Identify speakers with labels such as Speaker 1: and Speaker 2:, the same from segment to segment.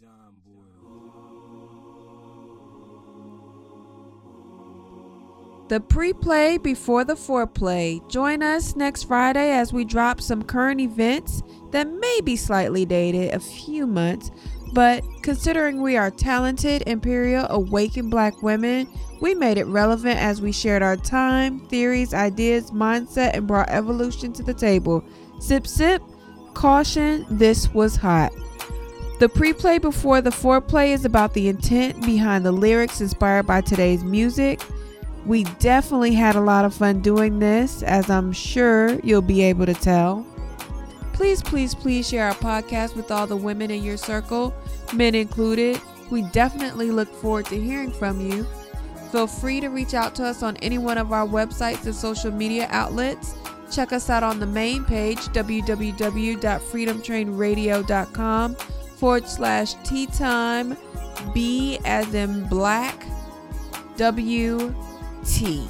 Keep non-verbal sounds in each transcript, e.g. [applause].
Speaker 1: John Boyle.
Speaker 2: The pre play before the foreplay. Join us next Friday as we drop some current events that may be slightly dated a few months, but considering we are talented, imperial, awakened black women, we made it relevant as we shared our time, theories, ideas, mindset, and brought evolution to the table. Sip, sip, caution, this was hot. The pre play before the foreplay is about the intent behind the lyrics inspired by today's music. We definitely had a lot of fun doing this, as I'm sure you'll be able to tell. Please, please, please share our podcast with all the women in your circle, men included. We definitely look forward to hearing from you. Feel free to reach out to us on any one of our websites and social media outlets. Check us out on the main page, www.freedomtrainradio.com forward slash tea time, B as in black, W T.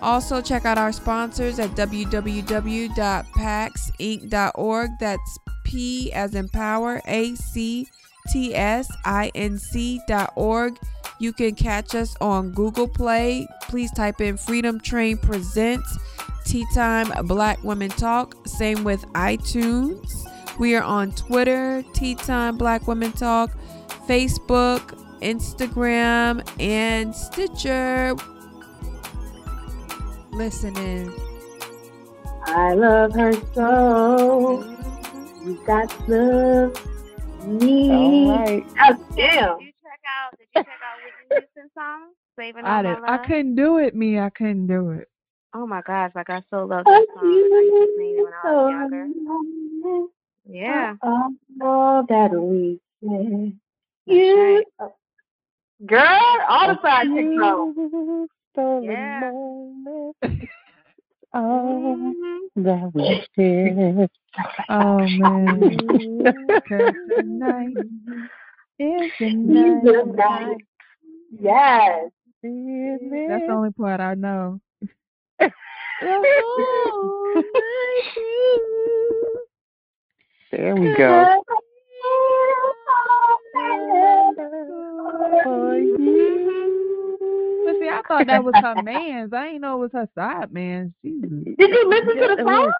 Speaker 2: Also, check out our sponsors at www.paxinc.org. That's P as in power, A C T S I N C dot org. You can catch us on Google Play. Please type in Freedom Train Presents Tea Time Black Women Talk. Same with iTunes. We are on Twitter, Tea Time Black Women Talk, Facebook, Instagram, and Stitcher listening.
Speaker 3: I love her so. You got to love me.
Speaker 4: All right.
Speaker 3: Oh, damn.
Speaker 5: Did you check out? Did you check out Whitney Houston song? Saving
Speaker 4: I
Speaker 5: All My
Speaker 4: did. I
Speaker 5: Love?
Speaker 4: couldn't do it, me. I couldn't do it.
Speaker 5: Oh my gosh! Like I so love that
Speaker 3: Oh,
Speaker 5: song. I used to sing it
Speaker 3: you
Speaker 5: when I was
Speaker 3: love
Speaker 5: younger.
Speaker 3: me.
Speaker 5: Yeah.
Speaker 3: Oh, oh, that we share. You. Girl, all the side chicks know.
Speaker 4: You stolen
Speaker 5: Yeah.
Speaker 4: moment.
Speaker 3: Oh,
Speaker 5: Mhm.
Speaker 3: that
Speaker 5: [laughs]
Speaker 3: we share.
Speaker 4: [laughs] Oh man. Cause
Speaker 3: [laughs]
Speaker 4: tonight is the night.
Speaker 3: Yes.
Speaker 4: That's the only part I know.
Speaker 6: [laughs] There we go.
Speaker 4: For you. [laughs] But see, I thought that was her man's. I ain't know it was her side man's. Jesus.
Speaker 3: Did you listen to the song?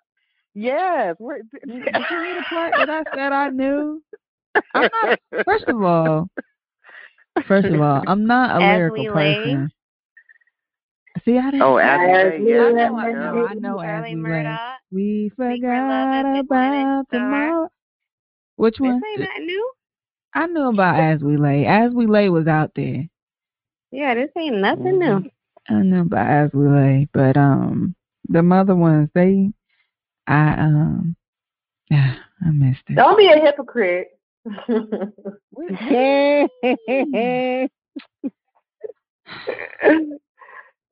Speaker 6: Yes. We're, [laughs]
Speaker 4: [laughs] Did you hear the part that I said I knew? I'm
Speaker 5: [laughs]
Speaker 4: not. First of all, first of all, I'm not a
Speaker 5: As we
Speaker 4: lyrical
Speaker 5: lay.
Speaker 4: person. See, I didn't.
Speaker 6: oh,
Speaker 4: I
Speaker 6: Ashley.
Speaker 3: Ashley,
Speaker 6: Yeah.
Speaker 4: know,
Speaker 3: Ashley.
Speaker 4: I know, I know. As
Speaker 5: Shirley
Speaker 4: we lay.
Speaker 5: Murdoch.
Speaker 4: We
Speaker 5: Secret Love
Speaker 4: forgot
Speaker 5: at
Speaker 4: about
Speaker 5: Midnight
Speaker 4: the
Speaker 5: Star.
Speaker 4: mall. Which
Speaker 5: This
Speaker 4: one?
Speaker 5: ain't nothing new.
Speaker 4: I knew about As We Lay. As We Lay was out there.
Speaker 5: Yeah, this ain't nothing new.
Speaker 4: I knew about As We Lay, but um, the other ones they, I um, [sighs] I missed it.
Speaker 3: Don't be a hypocrite.
Speaker 6: [laughs]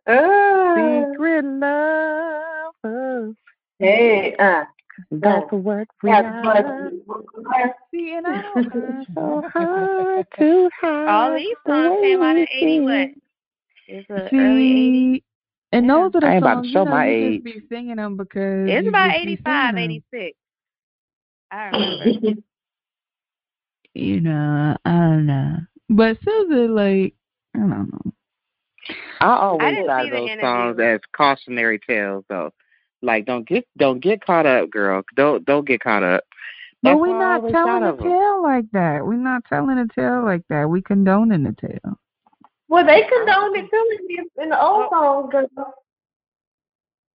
Speaker 3: Uh,
Speaker 6: Secret love.
Speaker 3: hey, uh,
Speaker 6: That's what we
Speaker 3: that's what
Speaker 6: are.
Speaker 4: See, and
Speaker 5: [laughs]
Speaker 4: I don't.
Speaker 6: So hard to hide.
Speaker 5: All these songs came out in eighty what? It's a early 80s.
Speaker 4: See, and those are the
Speaker 6: I ain't
Speaker 4: songs
Speaker 6: about to show
Speaker 4: you, know,
Speaker 6: my
Speaker 4: you
Speaker 6: age.
Speaker 4: just be singing them because
Speaker 5: It's
Speaker 4: you
Speaker 5: about
Speaker 4: just be singing
Speaker 5: 85,
Speaker 4: 'em.
Speaker 5: 86. I remember.
Speaker 4: You know, I don't know, but Susan, like, I don't know.
Speaker 6: I
Speaker 5: I
Speaker 6: always
Speaker 5: didn't see
Speaker 6: cite
Speaker 5: the
Speaker 6: those
Speaker 5: interview.
Speaker 6: songs as cautionary tales, though. Like, don't get don't get caught up, girl. Don't don't get caught up.
Speaker 4: But
Speaker 6: That's
Speaker 4: we're
Speaker 6: what I
Speaker 4: not
Speaker 6: always
Speaker 4: telling
Speaker 6: thought
Speaker 4: a
Speaker 6: of 'em.
Speaker 4: tale like that. We're not telling a tale like that. We condoning a tale.
Speaker 3: well, they condoned it too in the- in the old
Speaker 6: Oh.
Speaker 3: song, girl.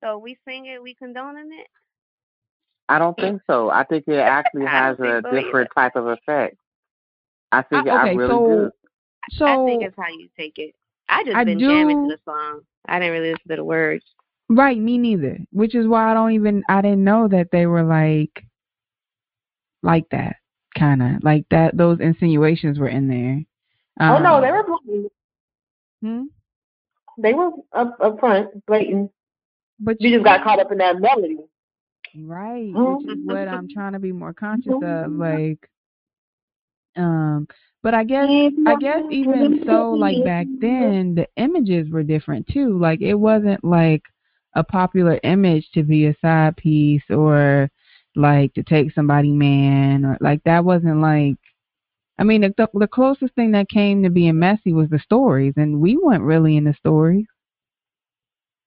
Speaker 5: So we sing it, we condoning it.
Speaker 6: I don't think so. [laughs] I think it actually
Speaker 5: I
Speaker 6: has
Speaker 5: don't
Speaker 6: a
Speaker 5: think so either.
Speaker 6: different type of effect. I think
Speaker 4: I-
Speaker 6: I,
Speaker 4: okay,
Speaker 6: really
Speaker 4: so
Speaker 6: do.
Speaker 4: So
Speaker 5: I think it's how you take it. I just
Speaker 4: I
Speaker 5: been jamming
Speaker 4: do-
Speaker 5: to the song. I didn't really listen to the words.
Speaker 4: Right, me neither. Which is why I don't even I didn't know that they were like like that kind of like that. Those insinuations were in there.
Speaker 3: Oh
Speaker 4: Um,
Speaker 3: no, they were blatant.
Speaker 4: hmm?
Speaker 3: They were up up front, blatant.
Speaker 4: But
Speaker 3: You just got caught up in that melody.
Speaker 4: right,
Speaker 3: Oh.
Speaker 4: which
Speaker 6: Um,
Speaker 4: is what I'm trying to be more conscious of. Like, um, but I guess I guess even so, like back then, the images were different too. Like it wasn't like a popular image to be a side piece or like to take somebody man or like that wasn't like I mean, the, the closest thing that came to being messy was the stories, and we weren't really in the stories.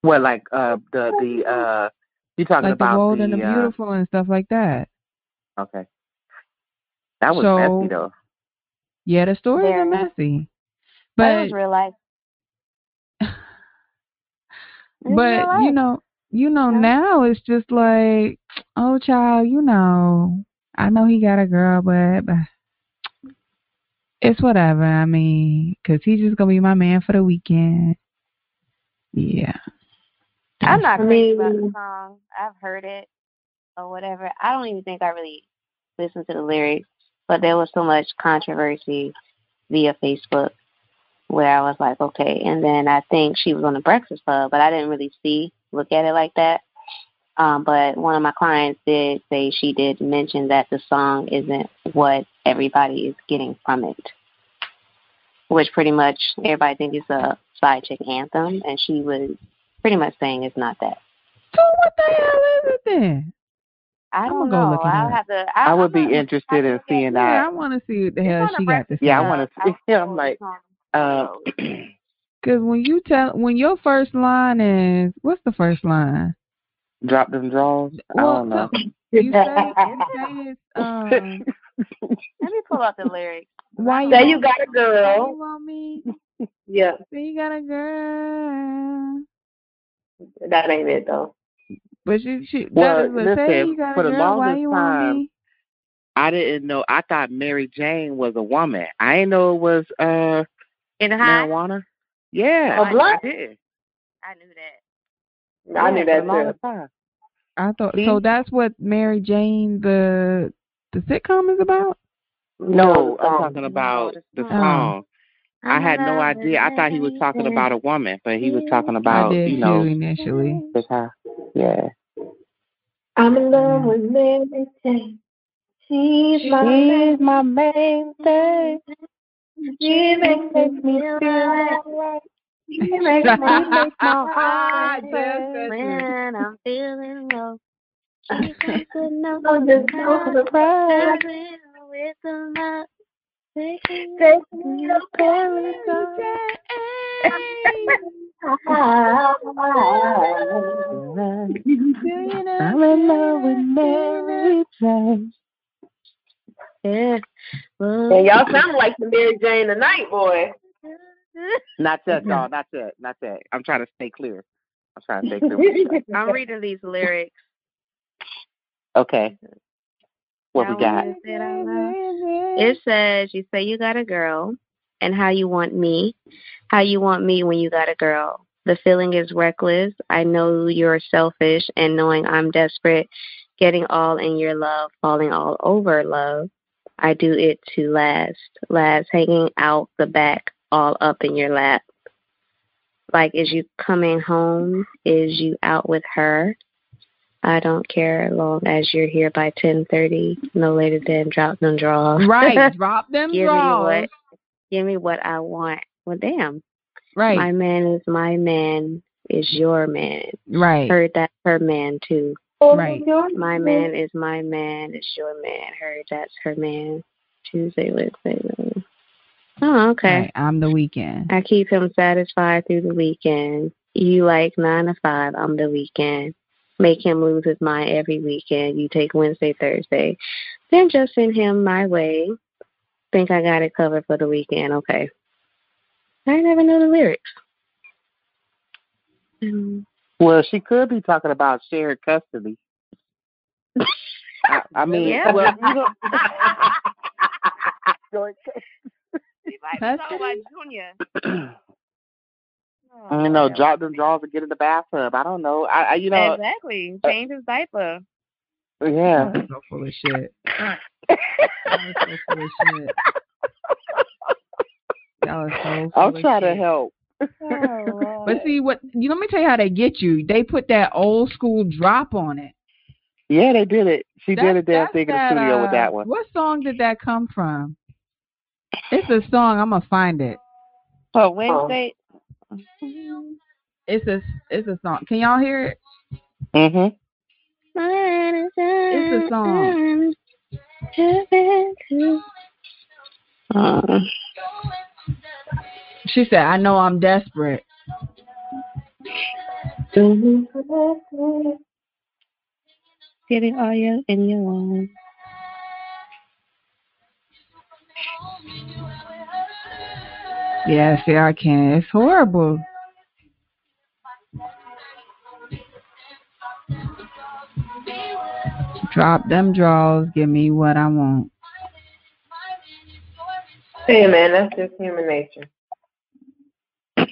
Speaker 6: Well, like uh, the the uh, you talking
Speaker 4: like
Speaker 6: about
Speaker 4: the bold and the
Speaker 6: uh,
Speaker 4: beautiful and stuff like that.
Speaker 6: Okay, that was
Speaker 4: So-
Speaker 6: messy though.
Speaker 4: Yeah, the stories are
Speaker 5: Very.
Speaker 4: messy,
Speaker 5: that
Speaker 4: but
Speaker 5: was real life. It's real
Speaker 4: but
Speaker 5: life.
Speaker 4: you know, you know
Speaker 5: Yeah.
Speaker 4: now it's just like, oh child, you know, I know he got a girl, but but it's whatever. I mean, 'cause he's just gonna be my man for the weekend. Yeah,
Speaker 5: I'm not
Speaker 3: I
Speaker 5: crazy about the
Speaker 3: mean-
Speaker 5: song. I've heard it or whatever. I don't even think I really listened to the lyrics, but there was so much controversy via Facebook where I was like, okay. And then I think she was on the Breakfast Club, but I didn't really see look at it like that. Um, but one of my clients did say she did mention that the song isn't what everybody is getting from it, which pretty much everybody thinks is a side chick anthem, and she was pretty much saying it's not that.
Speaker 4: So what the hell is it then?
Speaker 5: I
Speaker 4: I'ma
Speaker 5: don't
Speaker 4: go
Speaker 5: know.
Speaker 4: look it
Speaker 5: I'll
Speaker 4: up.
Speaker 5: have to. I,
Speaker 6: I
Speaker 5: I'm
Speaker 6: would be
Speaker 5: not- I
Speaker 6: interested in
Speaker 5: look at-
Speaker 6: seeing
Speaker 4: yeah, I
Speaker 6: that.
Speaker 4: want to see what the
Speaker 5: Uh, it's
Speaker 4: hell
Speaker 5: on the
Speaker 4: she got to
Speaker 5: breakfast
Speaker 4: say.
Speaker 6: Yeah, I
Speaker 5: club.
Speaker 6: wanna see-
Speaker 5: don't
Speaker 6: I'm
Speaker 5: know
Speaker 6: like,
Speaker 5: which one.
Speaker 6: Uh,
Speaker 4: Because when you tell, when your first line is, what's the first line?
Speaker 6: drop them draws. I
Speaker 4: Well,
Speaker 6: don't know.
Speaker 4: so- You
Speaker 3: [laughs]
Speaker 4: say, you say
Speaker 5: [laughs]
Speaker 4: it's, um,
Speaker 5: Let me pull out the lyrics.
Speaker 4: why
Speaker 3: Say you got a
Speaker 4: why
Speaker 3: girl.
Speaker 4: you want me?
Speaker 3: Yeah,
Speaker 4: Say you got a girl.
Speaker 3: that ain't it though.
Speaker 4: But she, she
Speaker 6: Well,
Speaker 4: that is what say
Speaker 6: listen,
Speaker 4: you got a
Speaker 6: for the
Speaker 4: girl. Why
Speaker 6: longest
Speaker 4: you want
Speaker 6: time-
Speaker 4: me?
Speaker 6: I didn't know. I thought Mary Jane was a woman. I didn't know it was uh
Speaker 5: In high,
Speaker 6: marijuana. Yeah,
Speaker 5: A
Speaker 6: I-
Speaker 3: blunt?
Speaker 6: I did.
Speaker 5: I knew that.
Speaker 3: I knew
Speaker 6: Yeah, for the
Speaker 3: that too.
Speaker 6: longest time.
Speaker 4: I thought
Speaker 6: See?
Speaker 4: so. That's what Mary Jane the the sitcom is about.
Speaker 6: No,
Speaker 3: um,
Speaker 6: I'm talking about the
Speaker 5: the song.
Speaker 6: song. Oh. I had no
Speaker 5: I'm in
Speaker 6: idea. I thought he was talking about a woman, but he was talking about
Speaker 4: I did
Speaker 6: you
Speaker 4: too
Speaker 6: know
Speaker 4: initially. [laughs]
Speaker 6: that's how. Yeah,
Speaker 3: I'm in love
Speaker 4: Yeah.
Speaker 3: with Mary Jane. She's my
Speaker 5: She's
Speaker 3: man.
Speaker 5: my main thing.
Speaker 3: She makes me feel right. She
Speaker 6: [laughs]
Speaker 3: makes me
Speaker 4: [laughs]
Speaker 3: make my
Speaker 5: Ah,
Speaker 3: heart
Speaker 4: Yes,
Speaker 3: beat.
Speaker 4: that's it.
Speaker 5: When I'm feeling
Speaker 6: [laughs]
Speaker 5: low, she's
Speaker 3: I'm
Speaker 5: good enough.
Speaker 3: just going to cry.
Speaker 5: Driving with the love. Taking
Speaker 3: Take me
Speaker 5: me
Speaker 3: to
Speaker 5: to
Speaker 6: [laughs]
Speaker 3: paradise.
Speaker 5: paradise.
Speaker 4: I'm in love with Mary Jane.
Speaker 5: Yeah.
Speaker 3: And y'all sound like the Mary Jane tonight, boy.
Speaker 6: not yet, y'all. Not yet. Not yet. I'm trying to stay clear. I'm trying to stay [laughs] clear.
Speaker 3: [laughs]
Speaker 5: I'm reading these lyrics.
Speaker 6: okay, what we
Speaker 5: That
Speaker 6: got?
Speaker 5: one that I love. It says, You say you got a girl, and how you want me, how you want me when you got a girl. The feeling is reckless. I know you're selfish, and knowing I'm desperate, getting all in your love, falling all over love. I do it to last, last hanging out the back, all up in your lap. Like, is you coming home? Is you out with her? I don't care long as you're here by 10:30, no later than drop them draws.
Speaker 4: Right, drop them
Speaker 5: Give me
Speaker 4: draws.
Speaker 5: what- Give me what I want. Well, damn. My
Speaker 4: Right,
Speaker 5: man is my man is your man.
Speaker 4: right.
Speaker 5: Heard that her man too.
Speaker 4: Right.
Speaker 5: My man is my man is your man. Heard that's her man. Tuesday, Wednesday. Wednesday. Oh, okay.
Speaker 4: Right, I'm the weekend.
Speaker 5: I keep him satisfied through the weekend. You like nine to five, I'm the weekend. Make him lose his mind every weekend. You take Wednesday, Thursday. Then just send him my way. Think I got it covered for the weekend. Okay. I never know the lyrics. [laughs] Mm.
Speaker 6: Well, she could be talking about shared [laughs] custody. I, I mean,
Speaker 5: Yeah.
Speaker 6: well, you know, [laughs]
Speaker 4: That's talking about
Speaker 5: Junior. Oh,
Speaker 6: you know, drop them drawers and get in the bathtub. I don't know. I, I you know,
Speaker 5: Exactly.
Speaker 6: Change
Speaker 5: his diaper.
Speaker 6: yeah.
Speaker 4: I'm so full of shit. I'm so full of
Speaker 6: [laughs]
Speaker 4: shit. Y'all are so full
Speaker 6: I'll
Speaker 4: of
Speaker 6: try to
Speaker 4: shit.
Speaker 6: help.
Speaker 4: But see what you let me tell you how they get you. They put that old school drop on it.
Speaker 6: Yeah, they did it. She
Speaker 4: That's-
Speaker 6: did a damn
Speaker 4: that's
Speaker 6: thing in the studio
Speaker 4: uh,
Speaker 6: with that one.
Speaker 4: What song did that come from? It's a song. I'm gonna find it.
Speaker 6: Oh.
Speaker 5: For
Speaker 3: Wednesday-
Speaker 4: It's a it's a song. Can y'all hear it?
Speaker 6: Mhm.
Speaker 5: It's
Speaker 4: a song.
Speaker 5: [laughs] Oh, Uh,
Speaker 4: She said, I know I'm desperate.
Speaker 5: getting all your in your own.
Speaker 4: Yeah, see, I can't. It's horrible. Drop them draws. Give me what I want.
Speaker 3: Hey, man, that's just human nature.
Speaker 4: I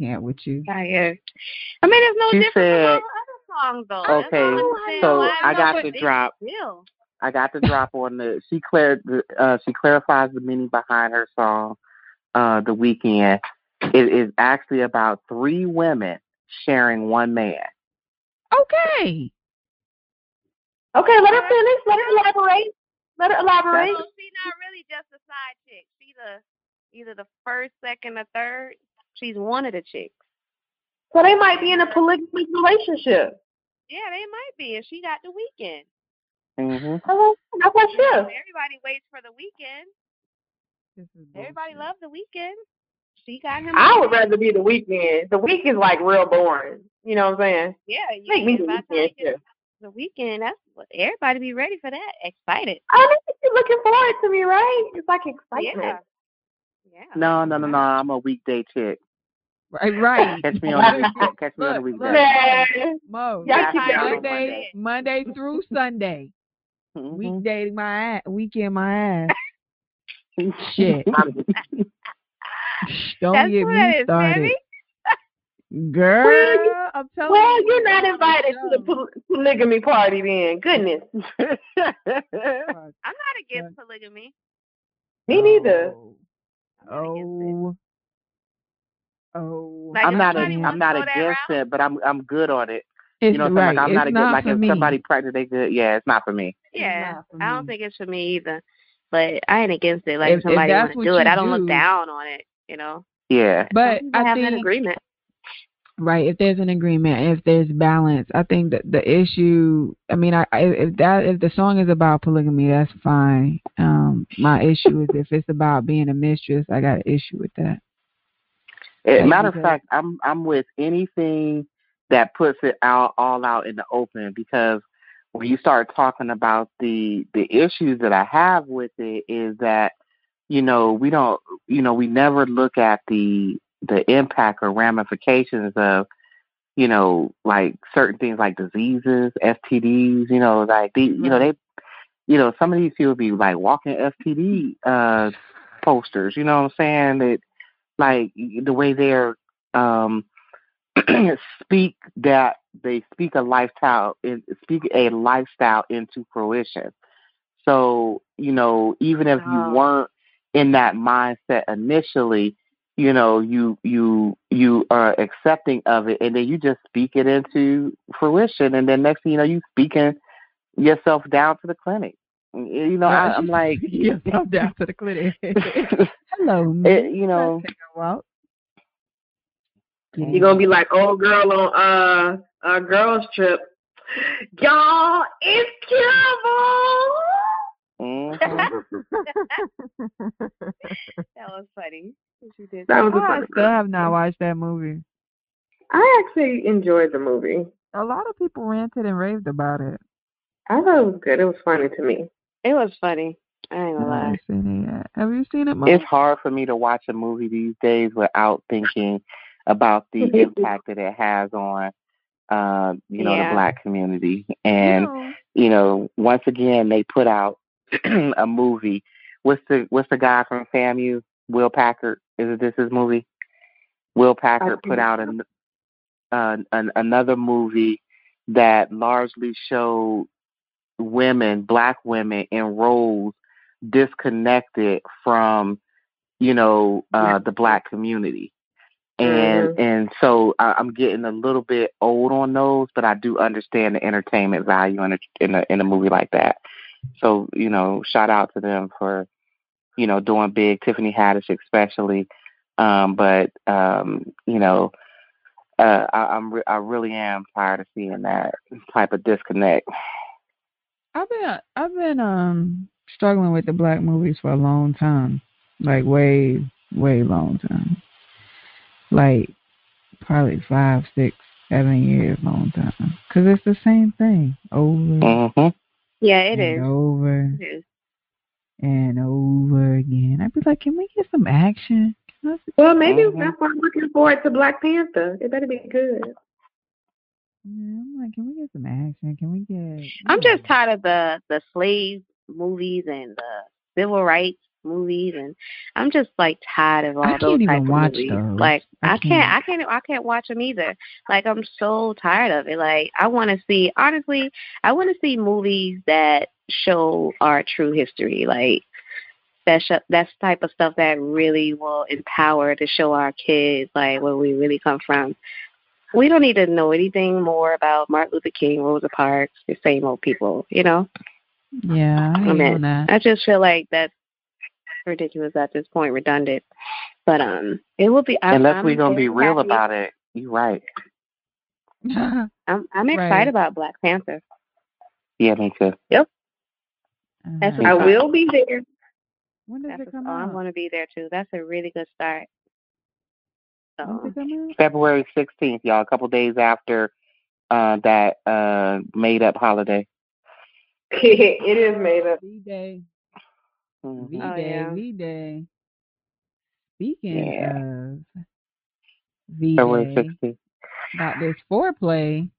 Speaker 4: can't with you.
Speaker 5: Tired. I mean, it's no
Speaker 6: She
Speaker 5: different
Speaker 6: said-
Speaker 5: from all the other songs, though. That's
Speaker 6: Okay,
Speaker 5: all I'm saying.
Speaker 6: so
Speaker 5: Why
Speaker 6: I
Speaker 5: not
Speaker 6: got
Speaker 5: put
Speaker 6: the
Speaker 5: this
Speaker 6: drop.
Speaker 5: deal?
Speaker 6: I got the drop on the. She clared. the- Uh, she clarifies the meaning behind her song, uh, "The Weekend." It is actually about three women sharing one man.
Speaker 4: Okay.
Speaker 3: Okay, let her finish. Let her elaborate. Let her elaborate.
Speaker 5: So she's not really just a side chick. She's the either the first, second, or third. She's one of the chicks.
Speaker 3: So they might be in a polygamous relationship.
Speaker 5: Yeah, they might be, and she got the weekend.
Speaker 6: Mm-hmm.
Speaker 3: Hello? That's what
Speaker 5: You know,
Speaker 3: sure.
Speaker 5: Everybody waits for the weekend.
Speaker 4: This is
Speaker 5: Everybody
Speaker 4: bullshit.
Speaker 5: loved the weekend. She got him.
Speaker 3: I
Speaker 5: a
Speaker 3: would
Speaker 5: weekend.
Speaker 3: rather be the weekend. The weekend's like real boring. You know what I'm saying?
Speaker 5: Yeah, you
Speaker 3: Make me
Speaker 5: by the
Speaker 3: the
Speaker 5: time
Speaker 3: weekend
Speaker 5: you
Speaker 3: too.
Speaker 5: get the weekend. That's what everybody be ready for that. Excited.
Speaker 3: I mean, you're looking forward to me, right? It's like excitement.
Speaker 5: Yeah.
Speaker 6: No, no, no, no. I'm a weekday chick.
Speaker 4: Right, right.
Speaker 6: [laughs] Catch me on. the, catch me on the
Speaker 4: Look,
Speaker 6: weekday.
Speaker 4: Yeah. [laughs]
Speaker 3: Man,
Speaker 4: Mo.
Speaker 3: Y'all keep
Speaker 5: Tired
Speaker 3: it
Speaker 5: of
Speaker 3: on
Speaker 4: Monday,
Speaker 5: Monday.
Speaker 4: Monday through Sunday. [laughs]
Speaker 6: Mhm.
Speaker 4: Weekday my ass, weekend my
Speaker 6: [laughs]
Speaker 4: ass. Shit. Shh, Don't
Speaker 5: That's
Speaker 4: get
Speaker 5: what
Speaker 4: me
Speaker 5: it is,
Speaker 4: started,
Speaker 5: baby.
Speaker 4: girl. I'm telling
Speaker 3: Well,
Speaker 4: you.
Speaker 3: you're not invited to the pol- polygamy party then. Goodness.
Speaker 6: [laughs]
Speaker 4: Fuck.
Speaker 5: I'm not against polygamy.
Speaker 3: Me neither.
Speaker 4: Oh. Oh.
Speaker 5: Like,
Speaker 6: I'm
Speaker 5: if
Speaker 6: not. A,
Speaker 5: somebody
Speaker 6: I'm
Speaker 5: wants
Speaker 6: not
Speaker 5: to go that
Speaker 6: against
Speaker 5: route-
Speaker 6: it, but I'm. I'm good on it.
Speaker 4: It's
Speaker 6: you know, what
Speaker 4: right.
Speaker 6: I'm saying? like I'm not
Speaker 4: it's
Speaker 6: against. Like
Speaker 4: for
Speaker 6: if
Speaker 4: me.
Speaker 6: somebody practice, they good. Yeah, it's not for me.
Speaker 5: Yeah.
Speaker 4: not for
Speaker 5: I don't
Speaker 4: me.
Speaker 5: think it's for me either. But I ain't against it. Like
Speaker 4: If-
Speaker 5: if,
Speaker 4: if
Speaker 5: somebody
Speaker 4: that's
Speaker 5: want
Speaker 4: what
Speaker 5: to do it,
Speaker 4: you
Speaker 5: I don't
Speaker 4: do-
Speaker 5: look down on it. You know.
Speaker 6: Yeah.
Speaker 4: But
Speaker 5: Some people
Speaker 4: I
Speaker 5: have an
Speaker 4: think
Speaker 5: agreement.
Speaker 4: Right. If there's an agreement, if there's balance, I think that the issue. I mean, I, I if that if the song is about polygamy, that's fine. Um, my issue is if it's about being a mistress, I got an issue with that.
Speaker 6: Eh,
Speaker 4: Like,
Speaker 6: matter of
Speaker 4: because-
Speaker 6: fact, I'm. I'm with anything that puts it out all out in the open because when you start talking about the the issues that I have with it is that you know we don't you know we never look at the the impact or ramifications of you know like certain things like diseases STDs you know like the you know they you know some of these people be like walking STD uh posters you know what I'm saying that like the way they're um [clears throat] speak that they speak a lifestyle in speak a lifestyle into fruition so you know even if
Speaker 5: Oh.
Speaker 6: you weren't in that mindset initially you know you you you are accepting of it and then you just speak it into fruition and then next thing you know you speaking yourself down to the clinic Mm, eh, you know I,
Speaker 4: [laughs]
Speaker 6: i'm like [laughs]
Speaker 4: yes, I'm down to the clinic.
Speaker 6: it,
Speaker 4: [laughs] Hello, miss.
Speaker 6: you know
Speaker 4: Let's take a walk.
Speaker 3: You're going to Oh. be like old girl on uh, a girl's trip. Y'all, it's curable.
Speaker 6: mhm.
Speaker 5: That was funny. She did.
Speaker 3: That was a
Speaker 4: I
Speaker 3: fun
Speaker 4: still have not watched that movie.
Speaker 3: I actually enjoyed the movie.
Speaker 4: A lot of people ranted and raved about it.
Speaker 3: I thought it was good. It was funny to me.
Speaker 5: It was funny. I ain't gonna
Speaker 4: I
Speaker 5: lie.
Speaker 4: haven't seen it yet. Have you seen it, Mo?
Speaker 6: it's hard for me to watch a movie these days without thinking about the impact that it has on uh you know
Speaker 5: Yeah.
Speaker 6: the black community and
Speaker 4: Yeah.
Speaker 6: you know once again they put out [clears throat] a movie what's the what's the guy from famu will packard is it this his movie will packard put
Speaker 3: think
Speaker 6: out an, an, an another movie that largely showed women, black women in roles disconnected from, you know, uh, the black community. And and so I, I'm getting a little bit old on those, but I do understand the entertainment value in a in a in a movie like that. So you know, shout out to them for you know doing big. Tiffany Haddish especially, um, but um, you know, uh, I, I'm re- I really am tired of seeing that type of disconnect.
Speaker 4: I've been I've been um struggling with the black movies for a long time. like way, way long time. Like probably five, six, seven years long time. Cause it's the same thing over.
Speaker 6: Mhm.
Speaker 5: Yeah, it
Speaker 4: and
Speaker 5: is.
Speaker 4: Over
Speaker 5: It is.
Speaker 4: and over again. I'd be like, can we get some action? Can I see-
Speaker 3: Well, maybe
Speaker 6: Mhm.
Speaker 3: that's why I'm looking forward to Black Panther. It better be good.
Speaker 4: Yeah, I'm Mm, like, can we get some action? Can we get?
Speaker 5: I'm just
Speaker 4: tired.
Speaker 5: tired of the the slave movies and the civil rights movies, and I'm just like tired of all
Speaker 4: I can't
Speaker 5: those
Speaker 4: even
Speaker 5: type
Speaker 4: watch
Speaker 5: of movies.
Speaker 4: those.
Speaker 5: Like
Speaker 4: I
Speaker 5: I, can't, I can't, I can't watch them either. Like I'm so tired of it. Like I want to see, honestly, I want to see movies that show our true history. Like that sh- that's the type of stuff that really will empower to show our kids like where we really come from. We don't need to know anything more about Martin Luther King, Rosa Parks, the same old people, you know?
Speaker 4: Yeah, I ain't
Speaker 5: I'm in.
Speaker 4: on that.
Speaker 5: I just feel like that's ridiculous at this point, redundant. But um it will be I,
Speaker 6: Unless
Speaker 5: I'm,
Speaker 6: we're gonna be real
Speaker 5: happy.
Speaker 6: about it, you're right.
Speaker 5: I'm I'm excited
Speaker 4: Right.
Speaker 5: about Black Panther.
Speaker 6: Yeah, me too.
Speaker 4: [laughs]
Speaker 5: That's
Speaker 4: Uh,
Speaker 3: I will be there.
Speaker 4: when does
Speaker 5: That's
Speaker 4: it
Speaker 5: just-
Speaker 4: come
Speaker 5: oh, I'm
Speaker 4: out?
Speaker 5: gonna be there too. That's a really good start.
Speaker 4: When's
Speaker 5: So
Speaker 4: it come out?
Speaker 6: February 16th, y'all, a couple days after uh, that uh, made up holiday.
Speaker 3: [laughs] it is made [laughs] up.
Speaker 4: V Day,
Speaker 6: Mhm.
Speaker 4: V Day,
Speaker 5: yeah.
Speaker 4: V Day. Speaking
Speaker 6: Yeah.
Speaker 4: of V
Speaker 6: February
Speaker 4: Day,
Speaker 6: 16th.
Speaker 4: about this foreplay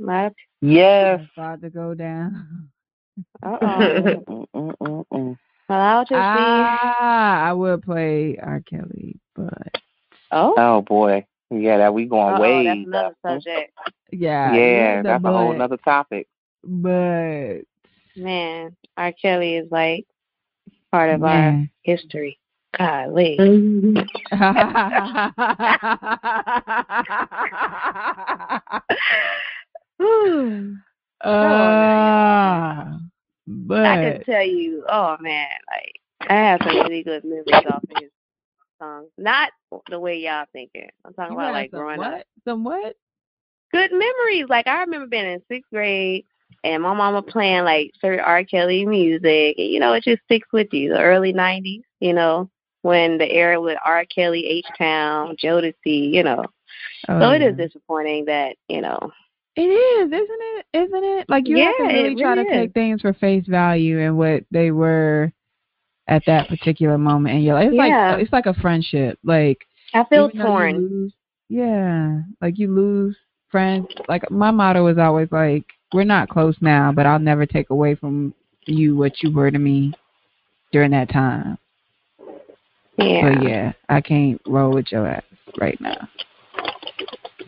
Speaker 5: a lot of
Speaker 6: Yes.
Speaker 4: that's
Speaker 5: [laughs]
Speaker 4: about to go down. [laughs]
Speaker 5: uh oh.
Speaker 6: Mm, mm, mm, mm.
Speaker 5: [laughs] well I'll just be
Speaker 4: Ah, I would play R. Kelly, but
Speaker 5: Oh,
Speaker 6: Oh boy. Yeah, that we going
Speaker 5: Uh-oh,
Speaker 6: way.
Speaker 5: that's another
Speaker 6: back.
Speaker 5: subject.
Speaker 4: yeah,
Speaker 6: Yeah, that's a whole
Speaker 4: but-
Speaker 6: nother topic.
Speaker 4: But
Speaker 5: Man, R. Kelly is like part of our
Speaker 4: yeah.
Speaker 5: history. Golly. [laughs] Oh,
Speaker 4: Ah,
Speaker 5: I can
Speaker 4: but
Speaker 5: tell you, oh man, like I have some really good memories off of his songs. Not the way y'all thinking. I'm talking
Speaker 4: you
Speaker 5: about
Speaker 4: had
Speaker 5: like
Speaker 4: some
Speaker 5: growing
Speaker 4: what?
Speaker 5: up.
Speaker 4: Some what?
Speaker 5: Good memories. Like I remember being in sixth grade and my mama playing like certain R. Kelly music. And, you know, it just sticks with you. The early nineties, you know, when the era with R. Kelly, H Town, Jodeci, you know.
Speaker 4: Oh,
Speaker 5: so it is
Speaker 4: yeah.
Speaker 5: disappointing that, you know,
Speaker 4: It is, isn't it? Isn't it? Like you have to
Speaker 5: Yeah, it
Speaker 4: really try
Speaker 5: really
Speaker 4: to
Speaker 5: is.
Speaker 4: take things for face value and what they were at that particular moment in your life. It's
Speaker 5: Yeah.
Speaker 4: like it's like a friendship. Like
Speaker 5: I feel
Speaker 4: even though you
Speaker 5: torn.
Speaker 4: lose- yeah, like you lose friends. Like my motto is always like, "We're not close now, but I'll never take away from you what you were to me during that time."
Speaker 5: Yeah.
Speaker 4: But yeah, I can't roll with your ass right now.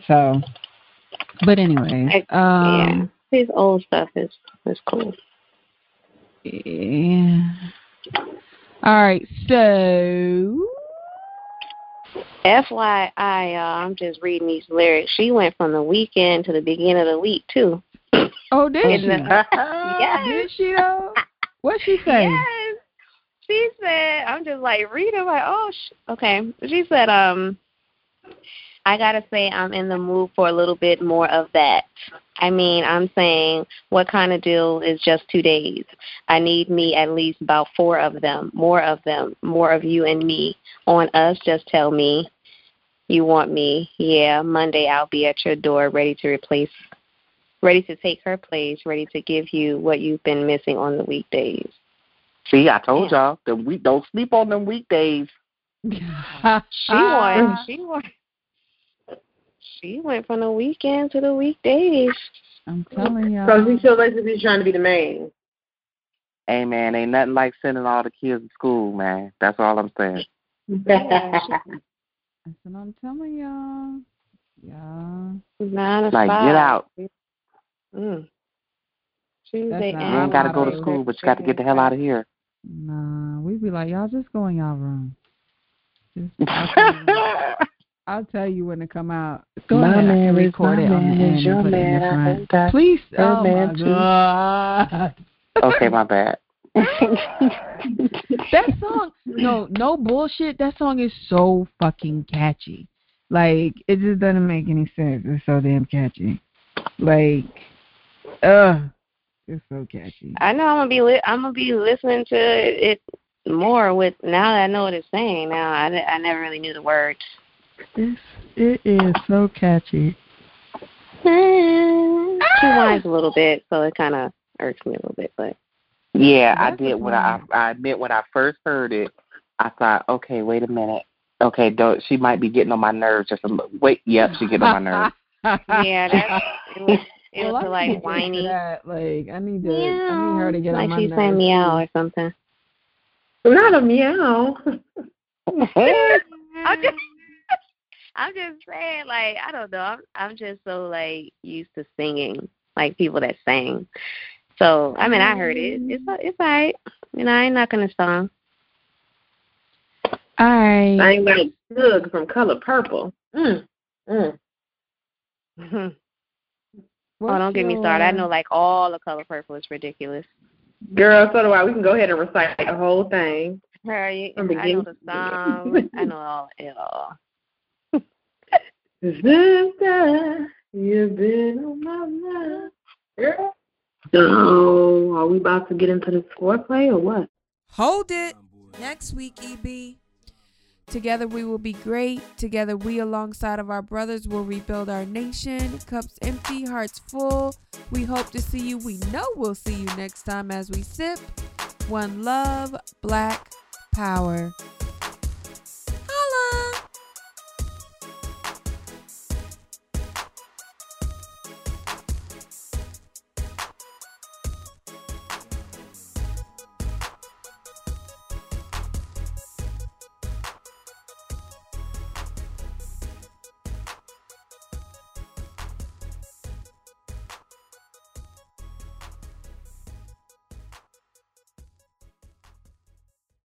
Speaker 4: So, but anyway, um,
Speaker 5: His old stuff is is cool.
Speaker 4: yeah. All right, so
Speaker 5: FYI, uh, I'm just reading these lyrics. She went from the weekend to the beginning of the week too.
Speaker 4: oh, did she?
Speaker 5: In the-
Speaker 4: Oh,
Speaker 5: yes.
Speaker 4: Did she though? What she say?
Speaker 5: [laughs] Yes. She said, I'm just like reading, like, oh, sh-. okay. She said, um, I gotta say, I'm in the mood for a little bit more of that. I mean, I'm saying, what kind of deal is just two days? I need me at least about four of them, more of them, more of you and me. On us, just tell me you want me. Yeah, Monday I'll be at your door, ready to replace, ready to take her place, ready to give you what you've been missing on the weekdays.
Speaker 6: See, I told y'all, the week don't sleep on them weekdays.
Speaker 5: She won.
Speaker 4: Ah.
Speaker 5: She won. She went from the weekend to
Speaker 4: [laughs]
Speaker 5: the weekdays.
Speaker 4: [laughs] I'm telling y'all.
Speaker 3: So she still basically trying to be the main.
Speaker 6: Hey man, ain't nothing like sending all the kids to school, man. That's all I'm saying.
Speaker 4: That's what I'm telling y'all. Y'all.
Speaker 5: Nine to
Speaker 6: Like,
Speaker 5: five.
Speaker 6: get out.
Speaker 5: Mm. Tuesday
Speaker 4: That's
Speaker 5: and
Speaker 4: not
Speaker 6: You ain't gotta go to
Speaker 4: Alright.
Speaker 6: school, but you gotta get the hell out of here.
Speaker 4: Nah, we be like, y'all just go in y'all room. [laughs] Just, I'll, tell you,
Speaker 6: My
Speaker 4: I'll tell you when to come out. Go ahead and record it on the end and put it in the front.
Speaker 6: that.
Speaker 4: Please,
Speaker 6: Your
Speaker 4: oh
Speaker 6: man
Speaker 4: my
Speaker 6: too.
Speaker 4: god,
Speaker 6: Okay, my bad.
Speaker 4: that song. No, no bullshit. That song is so fucking catchy. Like it just doesn't make any sense. It's so damn catchy. Like, ugh, it's so catchy.
Speaker 5: I know I'm gonna be. Li- I'm gonna be listening to it more with now that I know what it's saying. Now I, I never really knew
Speaker 4: [laughs]
Speaker 5: the words.
Speaker 4: It's, it is so catchy.
Speaker 5: She whines a little bit, so it kind of irks me a little bit.
Speaker 4: [laughs]
Speaker 5: But
Speaker 6: Yeah, I
Speaker 4: That's
Speaker 6: did
Speaker 4: a
Speaker 6: when I I admit when I first heard it, I thought, okay, wait a minute. Okay, do she might be getting on my nerves just a little. Wait, yep, she getting on my nerves.
Speaker 5: [laughs] yeah, that's, it was it
Speaker 4: [laughs] Well, I need
Speaker 5: was
Speaker 4: to
Speaker 5: like
Speaker 4: get
Speaker 5: whiny.
Speaker 4: to that. Like I need to, I need
Speaker 5: Meow.
Speaker 4: her to get
Speaker 5: like
Speaker 4: on my
Speaker 5: she's
Speaker 4: nerves.
Speaker 5: saying meow or something.
Speaker 3: Not a [laughs] meow.
Speaker 5: I'm just, [laughs] I'm just saying, like, I don't know. I'm, I'm just so like used to singing, like people that sing. So I mean, I heard it. It's a- it's alright. You know, I ain't knocking the song.
Speaker 4: I
Speaker 3: I ain't like Doug from Color Purple. Mm. Mm.
Speaker 5: oh, don't get me started. I
Speaker 4: uh,
Speaker 5: know like all the color purple is ridiculous.
Speaker 3: Girl, so do I. We can go ahead and recite the whole thing.
Speaker 5: Her, you, I
Speaker 3: From
Speaker 5: know the
Speaker 3: beginning to
Speaker 5: song.
Speaker 3: end.
Speaker 5: I know all it all.
Speaker 3: Sister, you've been on my mind. Girl. So, are we about to get into the foreplay or what?
Speaker 2: Hold it. Next week, EB. Together we will be great. Together we, alongside of our brothers, will rebuild our nation. Cups empty, hearts full. We hope to see you. We know we'll see you next time as we sip. One love, black power.